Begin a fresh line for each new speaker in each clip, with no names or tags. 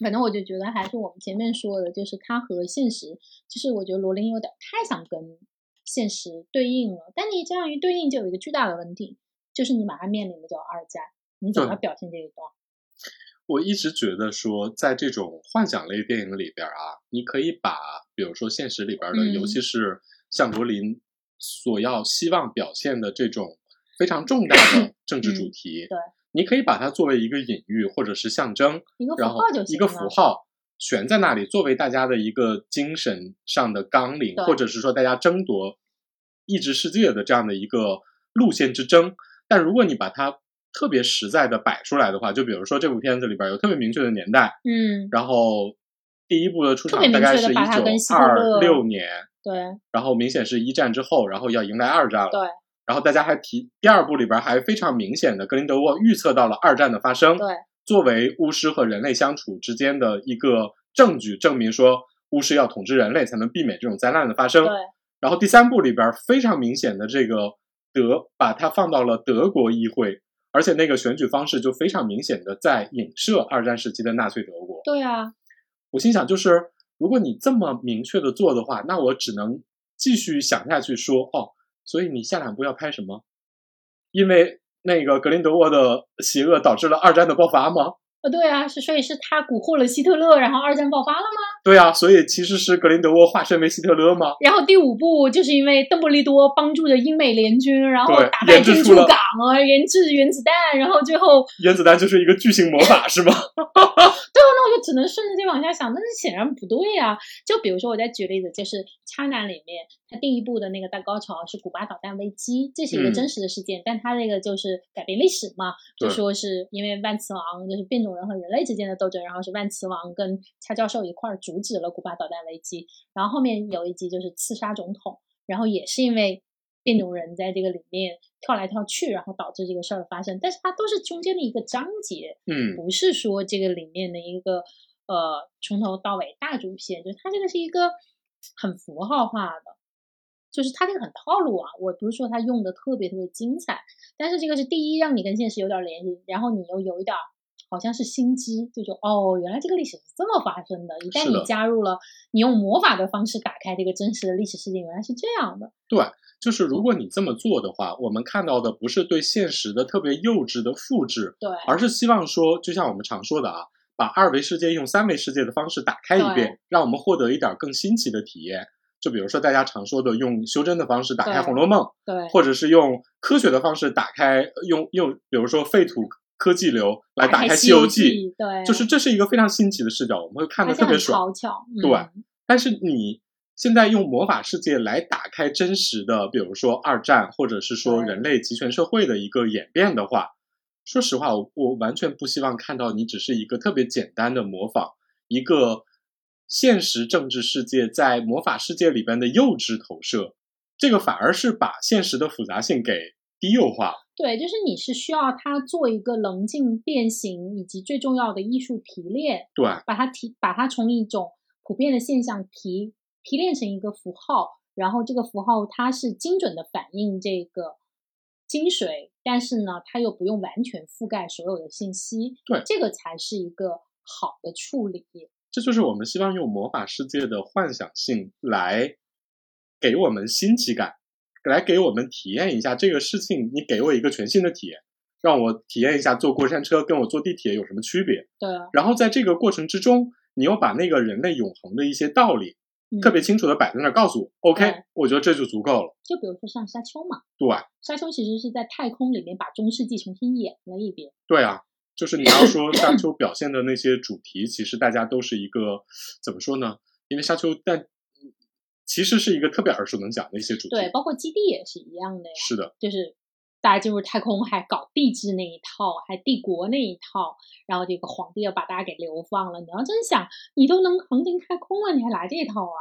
反正我就觉得还是我们前面说的，就是它和现实，就是我觉得罗琳有点太想跟现实对应了。但你这样一对应，就有一个巨大的问题，就是你马上面临的叫二战，你怎么
对
表现这一段？
我一直觉得说，在这种幻想类电影里边啊，你可以把比如说现实里边的，
嗯
尤其是像罗琳所要希望表现的这种非常重大的政治主题，
嗯对
你可以把它作为一个隐喻或者是象征，
一个符
然后
号就行了。
一个符号悬在那里，作为大家的一个精神上的纲领，
对
或者是说大家争夺意志世界的这样的一个路线之争。但如果你把它特别实在的摆出来的话，就比如说这部片子里边有特别明确的年代，
嗯，
然后第一部的出
特
场
别
大
明
概
确地
是
把它跟
一
希
九
特勒
二六年，
对
然后明显是一战之后，然后要迎来二战了。
对
然后大家还提第二部里边还非常明显的格林德沃预测到了二战的发生，
对，
作为巫师和人类相处之间的一个证据，证明说巫师要统治人类才能避免这种灾难的发生
对。
然后第三部里边非常明显的这个德把它放到了德国议会，而且那个选举方式就非常明显的在影射二战时期的纳粹德国。
对啊，
我心想，就是如果你这么明确的做的话，那我只能继续想下去说，哦，所以你下两步要拍什么？因为那个格林德沃的邪恶导致了二战的爆发吗？
呃对啊，是所以是他蛊惑了希特勒，然后二战爆发了吗？
对啊，所以其实是格林德沃化身为希特勒吗？
然后第五部就是因为邓布利多帮助着英美联军，然后
对
打败
研制
珍珠
出了
港啊，研制原子弹，然后最后
原子弹就是一个巨型魔法是吗？
对啊，那我就只能顺着这往下想，但是显然不对呀、就比如说，我再举例子，就是《渣男》里面，他第一部的那个大高潮是古巴导弹危机，这是一个
嗯
真实的事件，但他这个就是改变历史嘛，就
对
说是因为万磁王就是变种人和人类之间的斗争，然后是万磁王跟蔡教授一块儿阻止了古巴导弹危机，然后后面有一集就是刺杀总统，然后也是因为变种人在这个里面跳来跳去，然后导致这个事儿的发生，但是它都是中间的一个章节，
嗯，
不是说这个里面的一个呃从头到尾大主线，就是它这个是一个很符号化的，就是它这个很套路啊。我不是说它用的特别特别精彩，但是这个是第一让你跟现实有点联系，然后你又有一点儿好像是新知，就说哦，原来这个历史是这么发生的。一旦
是
你
的
加入了，你用魔法的方式打开这个真实的历史事件，原来是这样的。
就是如果你这么做的话，我们看到的不是对现实的特别幼稚的复制，
对，
而是希望说，就像我们常说的啊，把二维世界用三维世界的方式打开一
对
遍，让我们获得一点更新奇的体验。就比如说大家常说的，用修真的方式打开
对
《红楼梦》，
对，
或者是用科学的方式打开，用用比如说废土科技流来打开《
《
西
游
游记》，
对，
就是这是一个非常新奇的视角，我们会看
而
得
且
特
很
别爽。
讨巧，嗯、
对但是你现在用魔法世界来打开真实的，比如说二战，或者是说
对
人类集权社会的一个演变的话，说实话，我我完全不希望看到你只是一个特别简单的模仿一个现实政治世界在魔法世界里边的幼稚投射，这个反而是把现实的复杂性给低幼化了。
对，就是你是需要它做一个棱镜变形，以及最重要的艺术提炼，
对，
把它提，把它从一种普遍的现象提提炼成一个符号，然后这个符号它是精准的反映这个精髓，但是呢，它又不用完全覆盖所有的信息，
对
这个才是一个好的处理。
这就是我们希望用魔法世界的幻想性来给我们新奇感，来给我们体验一下这个事情。你给我一个全新的体验，让我体验一下坐过山车跟我坐地铁有什么区别。
对，
然后在这个过程之中，你又把那个人类永恒的一些道理
嗯、
特别清楚的摆在那儿告诉我。OK，
对
我觉得这就足够了。
就比如说像沙丘嘛，
对
沙丘其实是在太空里面把中世纪重新演了一遍。
对啊，就是你要说沙丘表现的那些主题，其实大家都是一个怎么说呢？因为沙丘，但其实是一个特别耳熟能详的一些主题。
对，包括基地也是一样的呀，
是的，
就是大家进入太空还搞帝制那一套，还帝国那一套，然后这个皇帝要把大家给流放了。你要真想，你都能横行太空了，你还来这套啊？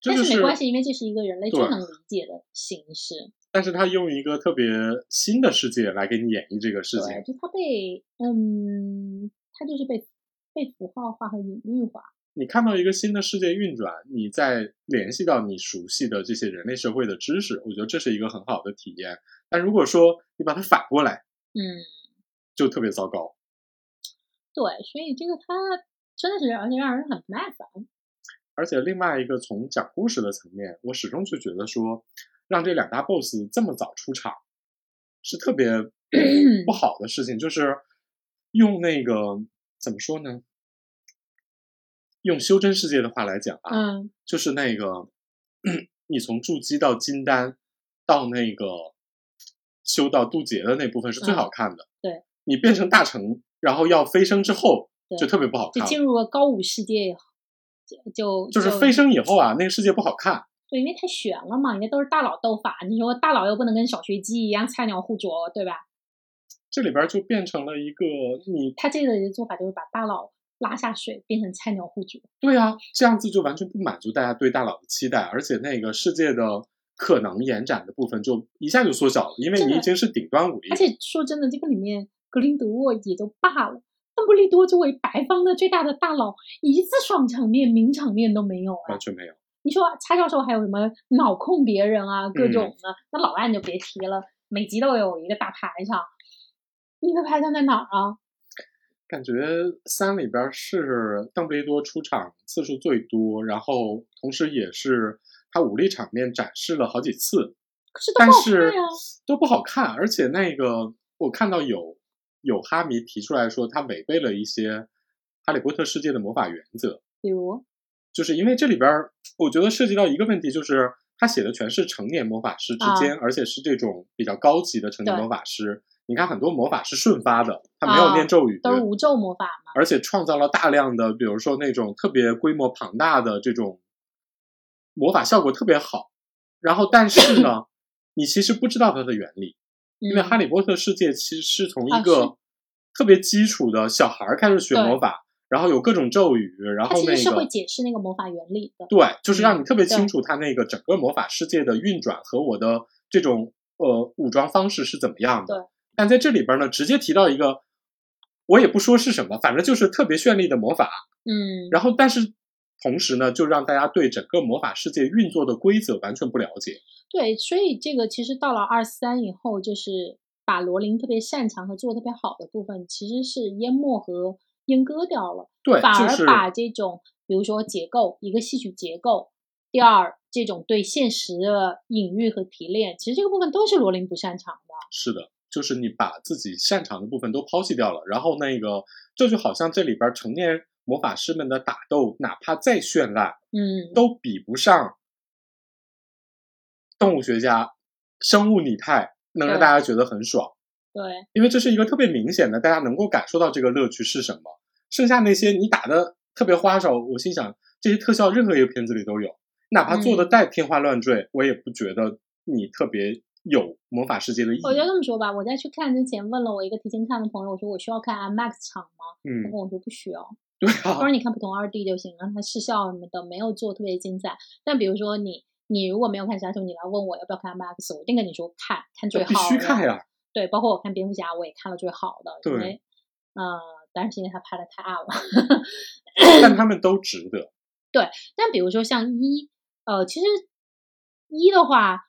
这
但
就是
没关系，因为这是一个人类最
对
能理解的形式。
但是他用一个特别新的世界来给你演绎这个事情，
对，就它被嗯，它就是被被符号化和隐喻化。
你看到一个新的世界运转，你再联系到你熟悉的这些人类社会的知识，我觉得这是一个很好的体验。但如果说你把它反过来，
嗯，
就特别糟糕。
对，所以这个它真的是而且让人很啊不耐烦。
而且另外一个从讲故事的层面，我始终是觉得说，让这两大 boss 这么早出场是特 别不好的事情，就是用那个怎么说呢？用修真世界的话来讲啊，
嗯
就是那个你从筑基到金丹到那个修到渡劫的那部分是最好看的。
嗯对，
你变成大成，然后要飞升之后
对
就特别不好
就
看了，
进入了高武世界以后，就就
就是飞升以后啊，那个世界不好看。
对，因为太悬了嘛，人家都是大佬斗法，你说大佬又不能跟小学鸡一样菜鸟互啄，对吧？
这里边就变成了一个你
他这个人做法就是把大佬拉下水，变成菜鸟互啄。
对啊，这样子就完全不满足大家对大佬的期待，而且那个世界的可能延展的部分就一下就缩小了，因为
真的
你已经是顶端武力
而。且说真的，这个里面格林德沃也就罢了，邓布利多作为白方的最大的大佬，一次爽场面、名场面都没有啊
完！全没有，
你说查教授还有什么脑控别人啊，各
嗯
种的，那老外你就别提了，每集都有一个大排场。你的排场在哪儿啊？
感觉三里边是邓布利多出场次数最多，然后同时也是他武力场面展示了好几次，
可是都
但
不好看
是
呀、
都不好看，而且那个我看到有有哈迷提出来说他违背了一些《哈利波特》世界的魔法原则，
比如，
就是因为这里边儿，我觉得涉及到一个问题，就是他写的全是成年魔法师之间，而且是这种比较高级的成年
啊对
魔法师。你看，很多魔法是顺发的，他没有
啊
念咒语，
都是无咒魔法嘛。
而且创造了大量的，比如说那种特别规模庞大的这种魔法，效果特别好。然后，但 是呢，你其实不知道它的原理，因为
嗯
《哈利波特》世界其实是从
啊
一
是
个特别基础的小孩儿开始学
对
魔法，然后有各种咒语，然
它
后
其
那
实
个
是会解释那个魔法原理的。
对，就是让
嗯
你特别
对
清楚它那个整个魔法世界的运转和我的这种呃武装方式是怎么样的。
对，
但在这里边呢，直接提到一个，我也不说是什么，反正就是特别绚丽的魔法。
嗯，
然后，但是同时呢，就让大家对整个魔法世界运作的规则完全不了解。
对，所以这个其实到了二三以后，就是把罗琳特别擅长和做得特别好的部分，其实是淹没和阉割掉了，
对，
反
就
而
是
把这种比如说结构，一个戏曲结构，第二这种对现实的隐喻和提炼，其实这个部分都是罗琳不擅长的。
是的，就是你把自己擅长的部分都抛弃掉了，然后那个这就好像这里边成年魔法师们的打斗，哪怕再绚烂，
嗯，
都比不上动物学家、生物拟态能让
对
大家觉得很爽，
对，
因为这是一个特别明显的，大家能够感受到这个乐趣是什么。剩下那些你打的特别花哨，我心想这些特效任何一个片子里都有，哪怕做的
嗯
再天花乱坠，我也不觉得你特别有魔法世界的意义。
我就这么说吧，我在去看之前问了我一个提前看的朋友，我说我需要看 IMAX 场吗？他
嗯
跟，我说不需要。
对
他
啊，
说你看普通二 D 就行，然后它视效什么的没有做特别精彩。但比如说你，你如果没有看杀手，你来问我要不要看 IMAX，我一定跟你说看，看最
这
好
必须
的
看呀！
对，包括我看蝙蝠侠，我也看了最好的，因
对
为呃，但是因为他拍的太暗了。
但他们都值 得。
但比如说像一，呃，其实一的话，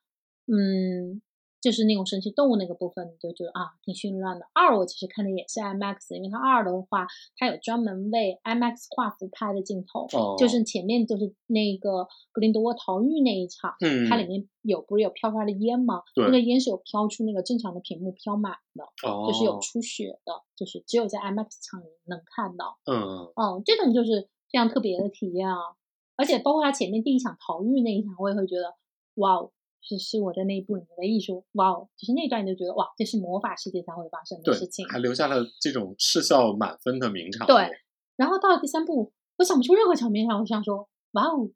嗯，就是那种神奇动物那个部分，你就觉得啊挺绚烂的。二我其实看的也是 IMAX，因为它二的话，它有专门为 IMAX 画幅拍的镜头，
哦
就是前面就是那个格林德沃逃狱那一场，
嗯，
它里面有不是有飘出来的烟吗？
对
那个烟是有飘出那个正常的屏幕飘满的，就是有
哦
出血的，就是只有在 IMAX 场能看到。
嗯，
嗯，这种就是非常特别的体验啊。而且包括他前面第一场逃狱那一场，我也会觉得，哇哦，是是我在那一部里面的艺术，哇哦，就是那段你就觉得，哇，这是魔法世界才会发生的
对
事情，。
还留下了这种视效满分的名场
对
面。
然后到了第三部，我想不出任何场面上，我想说，哇哦，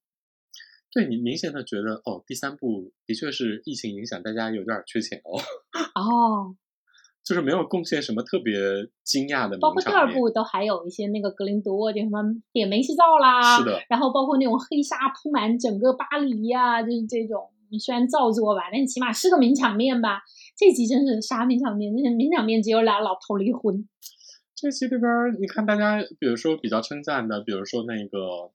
对你明显的觉得哦，第三部的确是疫情影响，大家有点儿缺钱哦，
哦，
就是没有贡献什么特别惊讶的名场面。
包括第二部都还有一些那个格林德沃就什么点煤气灶啦，
是的，
然后包括那种黑纱铺满整个巴黎呀、就是这种虽然造作吧，但起码是个名场面吧。这集真是啥名场面？真是名场面只有俩老头离婚。
这期里边儿你看大家，比如说比较称赞的，比如说那个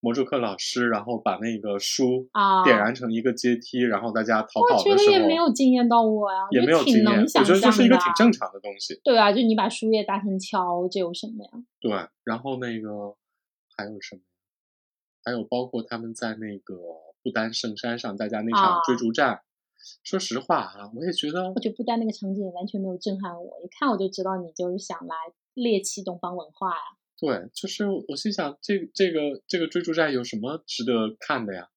魔术课老师，然后把那个书
啊
点燃成一个阶梯，然后大家逃
我
跑
觉
的
得
时候
也没有惊艳到我呀、
也
我觉
没
得
有
挺
经验，
能
我
想
觉
象
得
的。啊
就是一个挺正常的东西。
对啊，就你把树叶打成桥，这有什么呀？
对，然后那个还有什么？还有包括他们在那个不丹圣山上大家那场
哦
追逐战，说实话啊，我也觉得
我觉得不丹那个场景也完全没有震撼我，一看我就知道你就是想来猎奇东方文化呀、
对，就是我心想，这这个这个追逐战有什么值得看的呀？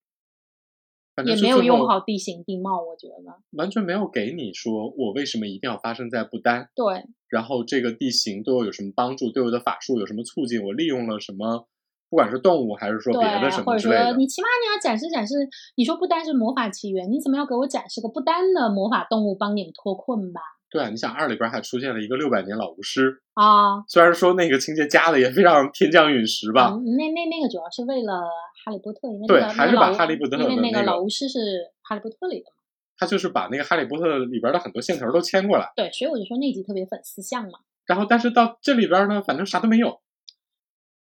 反正
也
是
没有
最后
用好地形地貌，我觉得。
完全没有给你说我为什么一定要发生在不丹，
对，
然后这个地形对我有什么帮助，对我的法术有什么促进，我利用了什么，不管是动物还是说别的什
对，或
么
者
之类
说
的，
你起码你要展示展示，你说不丹是魔法起源，你怎么要给我展示个不丹的魔法动物帮你们脱困吧？
对啊，你想二里边还出现了一个六百年老巫师，
啊，
虽然说那个情节加的也非常天降陨石吧，
嗯那那那个主要是为了哈利波特，因为那
对
个
还
那
是
个
把
老
哈利波特
因为
的
那
那
个
个
老巫师是哈利波特里的嘛，
他就是把那个哈利波特里边的很多线头都牵过来，
对，所以我就说那集特别粉丝向嘛。
然后但是到这里边呢，反正啥都没有，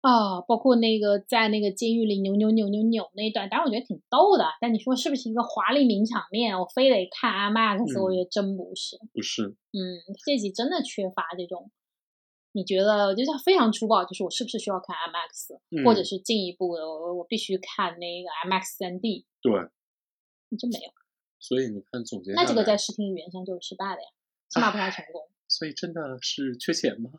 啊，包括那个在那个监狱里扭扭扭扭扭那一段，当然我觉得挺逗的。但你说是不是一个华丽名场面？我非得看阿玛克斯，我
嗯
觉得真不是。
不是，
嗯，这集真的缺乏这种，你觉得就是非常粗暴，就是我是不是需要看 IMAX，、
嗯、
或者是进一步的我我必须看那个 IMAX 3 D，
对，
真没有。
所以你看总结下
那这个
来
在视听语言上就是失败的呀，起码不太成功。
所以真的是缺钱吗？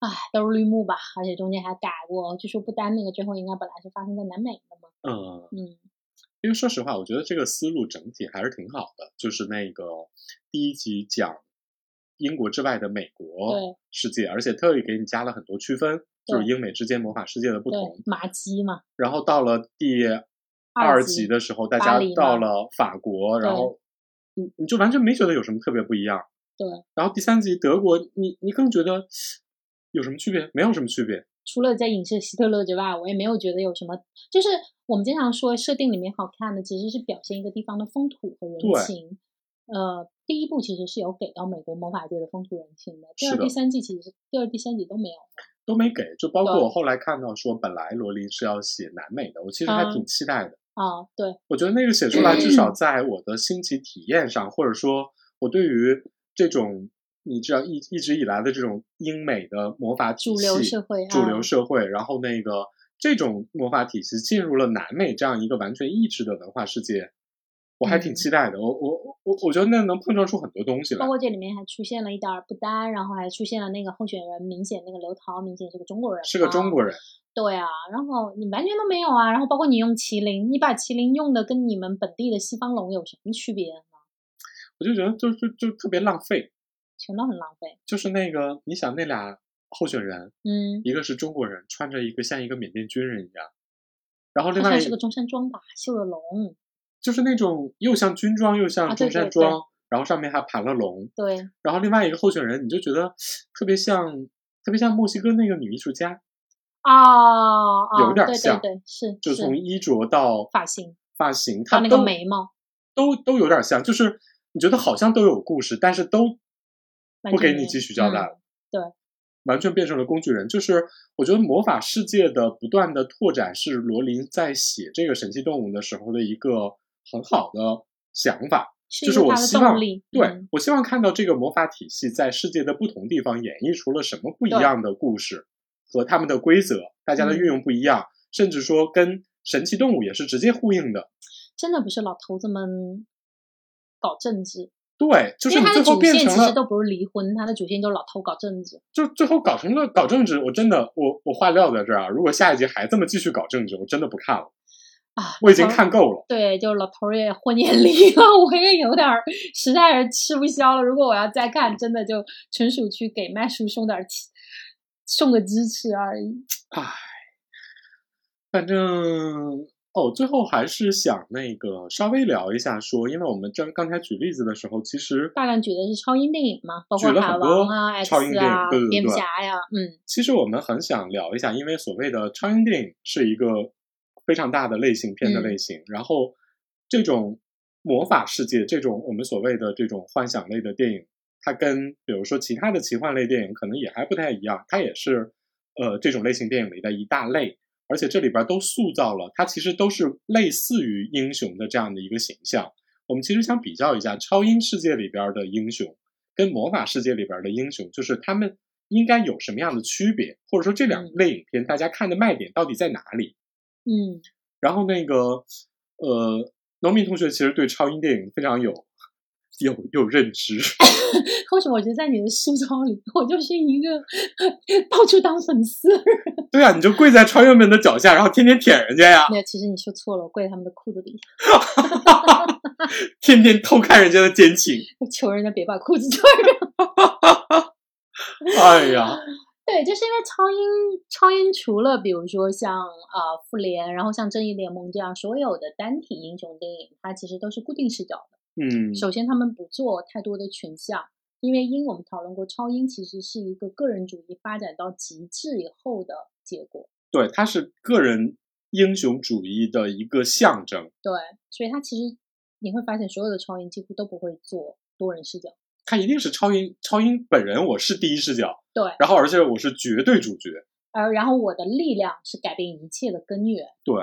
唉，都是绿幕吧，而且中间还改过，据说不丹那个最后应该本来是发生在南美的嘛。
嗯，
嗯，
因为说实话，我觉得这个思路整体还是挺好的，就是那个第一集讲英国之外的美国
对
世界，而且特意给你加了很多区分，就是
对
英美之间魔法世界的不
对
同，。
麻鸡嘛，
然后到了第
二
二
集
集的时候，大
巴
家
黎
到
嘛
了法国，然
对
后你你就完全没觉得有什么特别不一样。
对，
然后第三集德国，你你更觉得有什么区别？没有什么区别。
除了在影射希特勒之外，我也没有觉得有什么。就是我们经常说设定里面好看的，其实是表现一个地方的风土和人
对
情。呃，第一部其实是有给到美国魔法界的风土人情的，第
是
二、
的
第三季其实第二、第三季都没有。
都没给，就包括
对
我后来看到说，本来罗琳是要写南美的，我其实还
嗯
挺期待的。
啊，对，
我觉得那个写出来，
嗯
至少在我的新奇体验上，或者说我对于这种你知道一一直以来的这种英美的魔法体系、
主流社会，
主流
啊、
社会，然后那个这种魔法体系进入了南美这样一个完全异质的文化世界，我还挺
嗯哦
期待的。我我我我觉得那能碰撞出很多东西来
包。括这里面还出现了一点儿不丹，然后还出现了那个候选人，明显那个刘涛明显是个中国人，
是个中国
人。
人，
对啊，然后你完全都没有啊，然后包括你用麒麟，你把麒麟用的跟你们本地的西方龙有什么区别呢？
我就觉得就就就特别浪费。
全都很浪费。
就是那个，你想那俩候选人，
嗯，
一个是中国人，穿着一个像一个缅甸军人一样，然后
好
另外
像
一
是个中山装吧，绣了龙。
就是那种又像军装又像
啊
中
对
山
对对
装，然后上面还盘了龙，
对，
然后另外一个候选人你就觉得特别像，特别像墨西哥那个女艺术家，
哦，哦
有点
对
像
对对，是
就是从衣着到
发型
发型，她
到那个
都
眉毛，
都都有点像，就是你觉得好像都有故事，但是都
完
不给
全没
你
有
继续交代了。
对
完全变成了工具人，就是我觉得魔法世界的不断的拓展是罗琳在写这个神奇动物的时候的一个很好的想法。
是
就
一
是
个
我
它的
希望
动力。
对、
嗯
我希望看到这个魔法体系在世界的不同地方演绎出了什么不一
对
样的故事和他们的规则，大家的
嗯
运用不一样，甚至说跟神奇动物也是直接呼应的。
真的不是老头子们搞政治，
对，就是
因
你
为它
最
的
后
主
变
线
成
其实
了，
都不是离婚，它的主线就是老头搞政治。
就最后搞成了搞政治。我真的，我我话撂在这儿啊，如果下一集还这么继续搞政治，我真的不看了，
啊，
我已经
老头
看够了。
对，就是老头儿也婚也离了，我也有点儿实在是吃不消了。如果我要再看，真的就纯属去给麦叔送点儿钱，送个支持而已。
反正哦，最后还是想那个稍微聊一下说，因为我们刚刚才举例子的时候，其实
大量举的是超英电影嘛，包括
举了
海
很多
王啊、
超英
X
电影
啊
对对、对
蝙蝠侠呀，嗯，
其实我们很想聊一下，因为所谓的超英电影是一个非常大的类型片的类型，然后这种魔法世界，这种我们所谓的这种幻想类的电影，它跟比如说其他的奇幻类电影可能也还不太一样，它也是呃这种类型电影里的一大类，而且这里边都塑造了它其实都是类似于英雄的这样的一个形象。我们其实想比较一下超英世界里边的英雄跟魔法世界里边的英雄，就是他们应该有什么样的区别，或者说这两
嗯
类影片大家看的卖点到底在哪里？
嗯，
然后那个呃，农民同学其实对超英电影非常有有有认知，
为什么我觉得在你的塑造里，我就是一个 到处当粉丝的人？
对啊，你就跪在超越们的脚下，然后天天舔人家呀，
没有，其实你说错了，我跪在他们的裤子里，
天天偷看人家的奸情，
我求人家别把裤子 脱了。
哎呀，
对，就是因为超英，超英除了比如说像啊、呃复联，然后像正义联盟这样所有的单体英雄电影，它其实都是固定视角的。
嗯，
首先，他们不做太多的群像，因为英我们讨论过，超英其实是一个个人主义发展到极致以后的结果。
对，它是个人英雄主义的一个象征，
对，所以它其实你会发现，所有的超英几乎都不会做多人视角。
它一定是超英超英本人，我是第一视角，
对，
然后而且我是绝对主角，
而然后我的力量是改变一切的根源。
对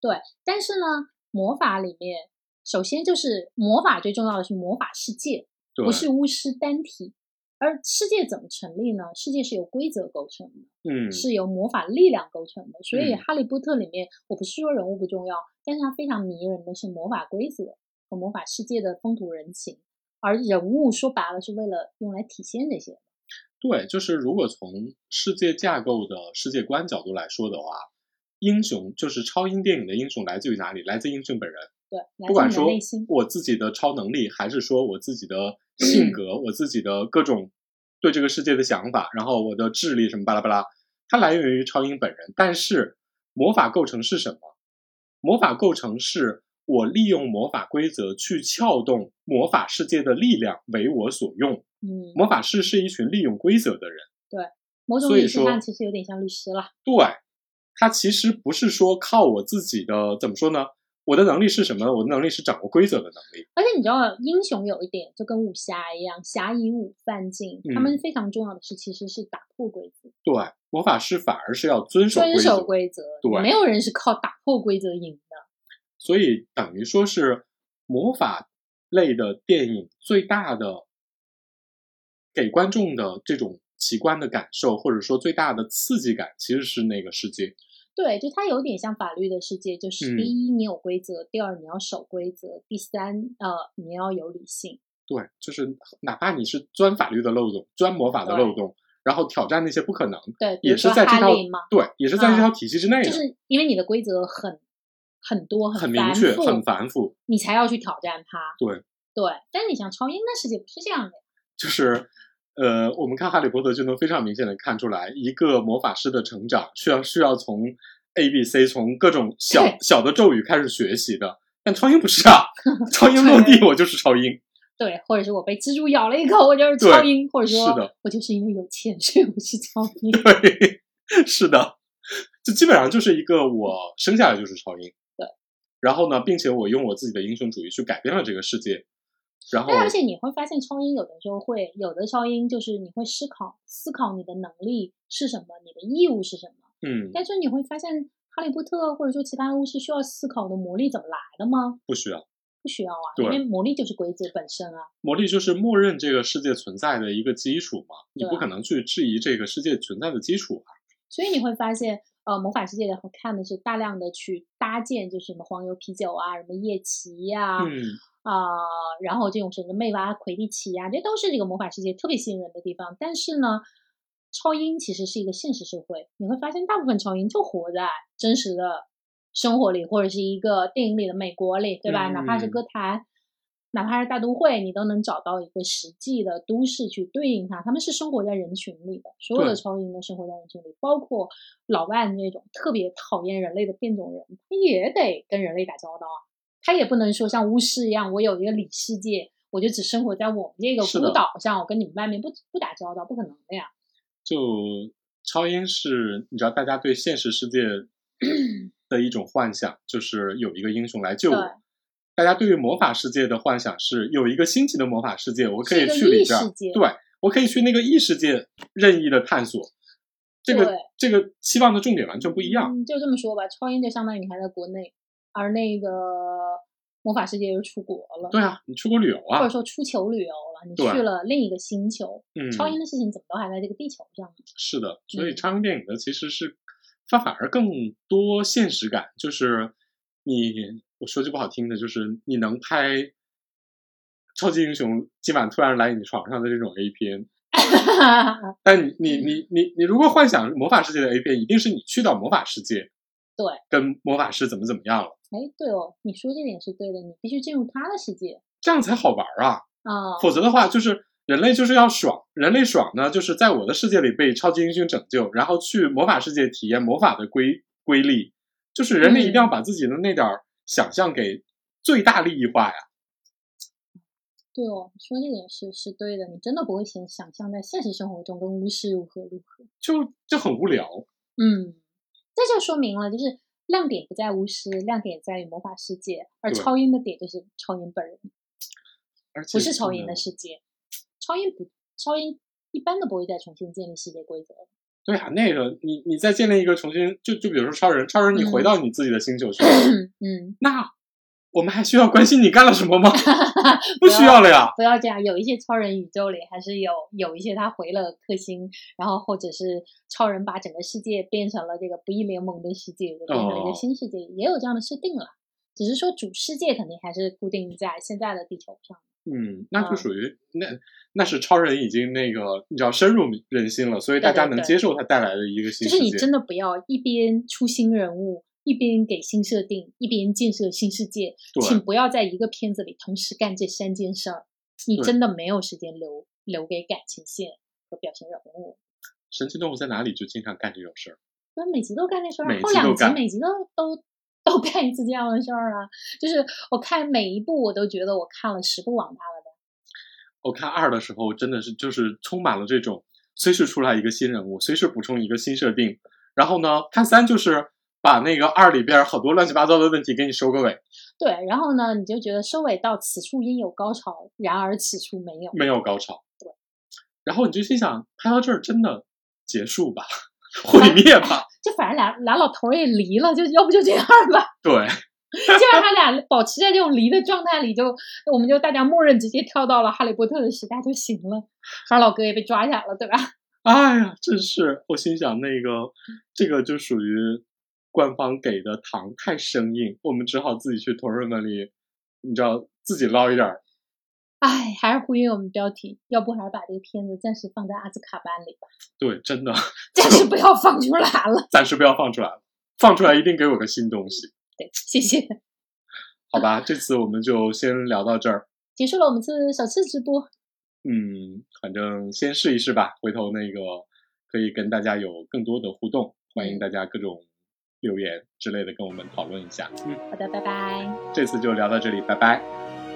对，但是呢，魔法里面首先就是魔法最重要的是魔法世界，
对，
不是巫师单体。而世界怎么成立呢？世界是由规则构成的，
嗯，
是由魔法力量构成的。所以《
嗯
哈利波特》里面，我不是说人物不重要，但是它非常迷人的是魔法规则和魔法世界的风土人情，而人物说白了是为了用来体现这些。
对，就是如果从世界架构的世界观角度来说的话，英雄就是超英电影的英雄来自于哪里？来自英雄本人，
对，来自
不管
你的
说
内心。
我自己的超能力，还是说我自己的
嗯
性格，我自己的各种对这个世界的想法，然后我的智力什么巴拉巴拉，它来源于超英本人。但是魔法构成是什么？魔法构成是我利用魔法规则去撬动魔法世界的力量为我所用。
嗯，
魔法师是一群利用规则的人，
某种
所以
意义
说
上其实有点像律师啦。
对，他其实不是说靠我自己的怎么说呢？我的能力是什么？我的能力是掌握规则的能力。
而且你知道，英雄有一点就跟武侠一样，侠以武犯禁。他们
嗯
非常重要的是，其实是打破规则，
对，魔法师反而是要遵守规
遵
则，
守规则。
对
没有人是靠打破规则赢的。
所以等于说是魔法类的电影最大的给观众的这种奇观的感受，或者说最大的刺激感，其实是那个世界。
对，就它有点像法律的世界，就是
嗯
第一你有规则，第二你要守规则，第三呃你要有理性。
对，就是哪怕你是钻法律的漏洞，钻魔法的
对
漏洞，然后挑战那些不可能，
对，比
也
如
是
说
在这
哈
套
利嘛，
对，也是在这
啊
条体系之内的，
就是因为你的规则很很多
很明
繁
确，
复
很繁复。
你才要去挑战它。
对
对，但是你像超英的世界不是这样的呀。
就是呃，我们看《哈利波特》就能非常明显的看出来，一个魔法师的成长需要需要从 A、B、C 从各种小
对
小的咒语开始学习的。但超英不 是啊，超英落地我就是超英，
对，或者是我被蜘蛛咬了一口，我就是
对
超英，或者
是
说
的
我就是因为有钱，所以我是超英。
对， 是的，就基本上就是一个我生下来就是超英，
对，
然后呢，并且我用我自己的英雄主义去改变了这个世界，然后
但而且你会发现，超英有的时候会，有的超英就是你会思考思考你的能力是什么，你的义务是什么。
嗯，
但是你会发现，哈利波特或者说其他巫师需要思考的魔力怎么来的吗？
不需要。
不需要啊，
对
因为魔力就是规则本身啊。
魔力就是默认这个世界存在的一个基础嘛，你
对
不
啊
可能去质疑这个世界存在的基础啊。
所以你会发现，呃，魔法世界的好看的是大量的去搭建，就是什么黄油啤酒啊，什么夜骑呀、
嗯，
啊、然后这种什么妹娃、魁地奇呀、这都是这个魔法世界特别吸引人的地方。但是呢，超英其实是一个现实社会，你会发现大部分超英就活在真实的生活里，或者是一个电影里的美国里，对吧？哪怕是
嗯
歌坛，哪怕是大都会，你都能找到一个实际的都市去对应它。他们是生活在人群里的，所有的
对
超英都生活在人群里，包括老万那种特别讨厌人类的变种人，他也得跟人类打交道啊。他也不能说像巫师一样，我有一个里世界，我就只生活在我们这个
是的
孤岛上，我跟你们外面不不打交道，不可能的呀。
就超英是，你知道大家对现实世界 的一种幻想，就是有一个英雄来救
对
我。大家对于魔法世界的幻想是有一个新奇的魔法世界，我可
是
以
一个
去里
异
边儿
世界
对我可以去那个异世界任意的探索。这个
对
这个期望的
嗯
重点完全不一样。
嗯，就这么说吧，超英就相当于你还在国内，而那个。魔法世界又出国了，
对啊，你出国旅游
或
啊
者，说出球旅游了，你
对
去了另一个星球，
嗯，
超英的事情怎么都还在这个地球上呢？
是的，所以
嗯
超英电影呢，其实是它反而更多现实感，就是你我说句不好听的，就是你能拍超级英雄今晚突然来你床上的这种 A 片，但你你你
嗯
你你如果幻想魔法世界的 A 片，一定是你去到魔法世界，
对，
跟魔法师怎么怎么样了，
哎，对哦，你说这点是对的，你必须进入他的世界
这样才好玩儿啊，
啊。
否则的话就是。人类就是要爽，人类爽呢，就是在我的世界里被超级英雄拯救，然后去魔法世界体验魔法的规规律，就是人类一定要
嗯
把自己的那点儿想象给最大利益化呀。
对哦，你说这点是是对的，你真的不会想想象在现实生活中跟巫师如何如何。
就就很无聊。
嗯，这就说明了，就是亮点不在巫师，亮点在于魔法世界，而
对
超英的点就是超英本人，
而且
不是超英
真
的世界。超英不，超英一般都不会再重新建立世界规则。
对啊，那个你你再建立一个重新，就就比如说超人，超人你
嗯
回到你自己的星球去，
嗯，
那我们还需要关心你干了什么 吗？不需要了呀。
不要这样，有一些超人宇宙里还是有有一些他回了克星，然后或者是超人把整个世界变成了这个不义联盟的世界，就变成了一
哦
个新世界，也有这样的设定了。只是说主世界肯定还是固定在现在的地球上。
嗯，那就
嗯
属于、那那是超人已经那个你知道深入人心了，所以大家
对对
能
对
接受他带来的一个新
就
世界。
是你真的不要一边出新人物，一边给新设定，一边建设新世界
对，
请不要在一个片子里同时干这三件事儿，你
对
真的没有时间留留给感情线和表情人物。
神奇动物在哪里就经常干这种事儿。
那每集都干这事儿
每
啊，后
集都
两集
干
每集都都都干一次这样的事儿啊！就是我看每一部，我都觉得我看了十部网大了吧。
我看二的时候真的是就是充满了这种随时出来一个新人物，随时补充一个新设定。然后呢，看三就是把那个二里边好多乱七八糟的问题给你收个尾，
对，然后呢，你就觉得收尾到此处应有高潮，然而此处没有。
没有高潮。然后你就心想，拍到这儿真的结束吧， 毁灭吧。
就反正俩俩老头儿也离了，就要不就这样吧。
对，
这样他俩保持在这种离的状态里就，我们就大家默认直接跳到了哈利波特的时代就行了。法老哥也被抓起来了，对吧？
哎呀，真是我心想，那个这个就属于官方给的糖太生硬，我们只好自己去同人文里，你知道自己捞一点儿。
唉，还是呼应我们标题，要不还是把这个片子暂时放在阿兹卡班里吧，
对，真的
暂时不要放出来了。
暂时不要放出来了，放出来一定给我个新东西，
对，谢谢。
好吧？这次我们就先聊到这儿。
结束了我们这首次直播，
嗯，反正先试一试吧，回头那个可以跟大家有更多的互动，欢迎大家各种留言之类的跟我们讨论一下。嗯，
好的，拜拜。
这次就聊到这里，拜拜。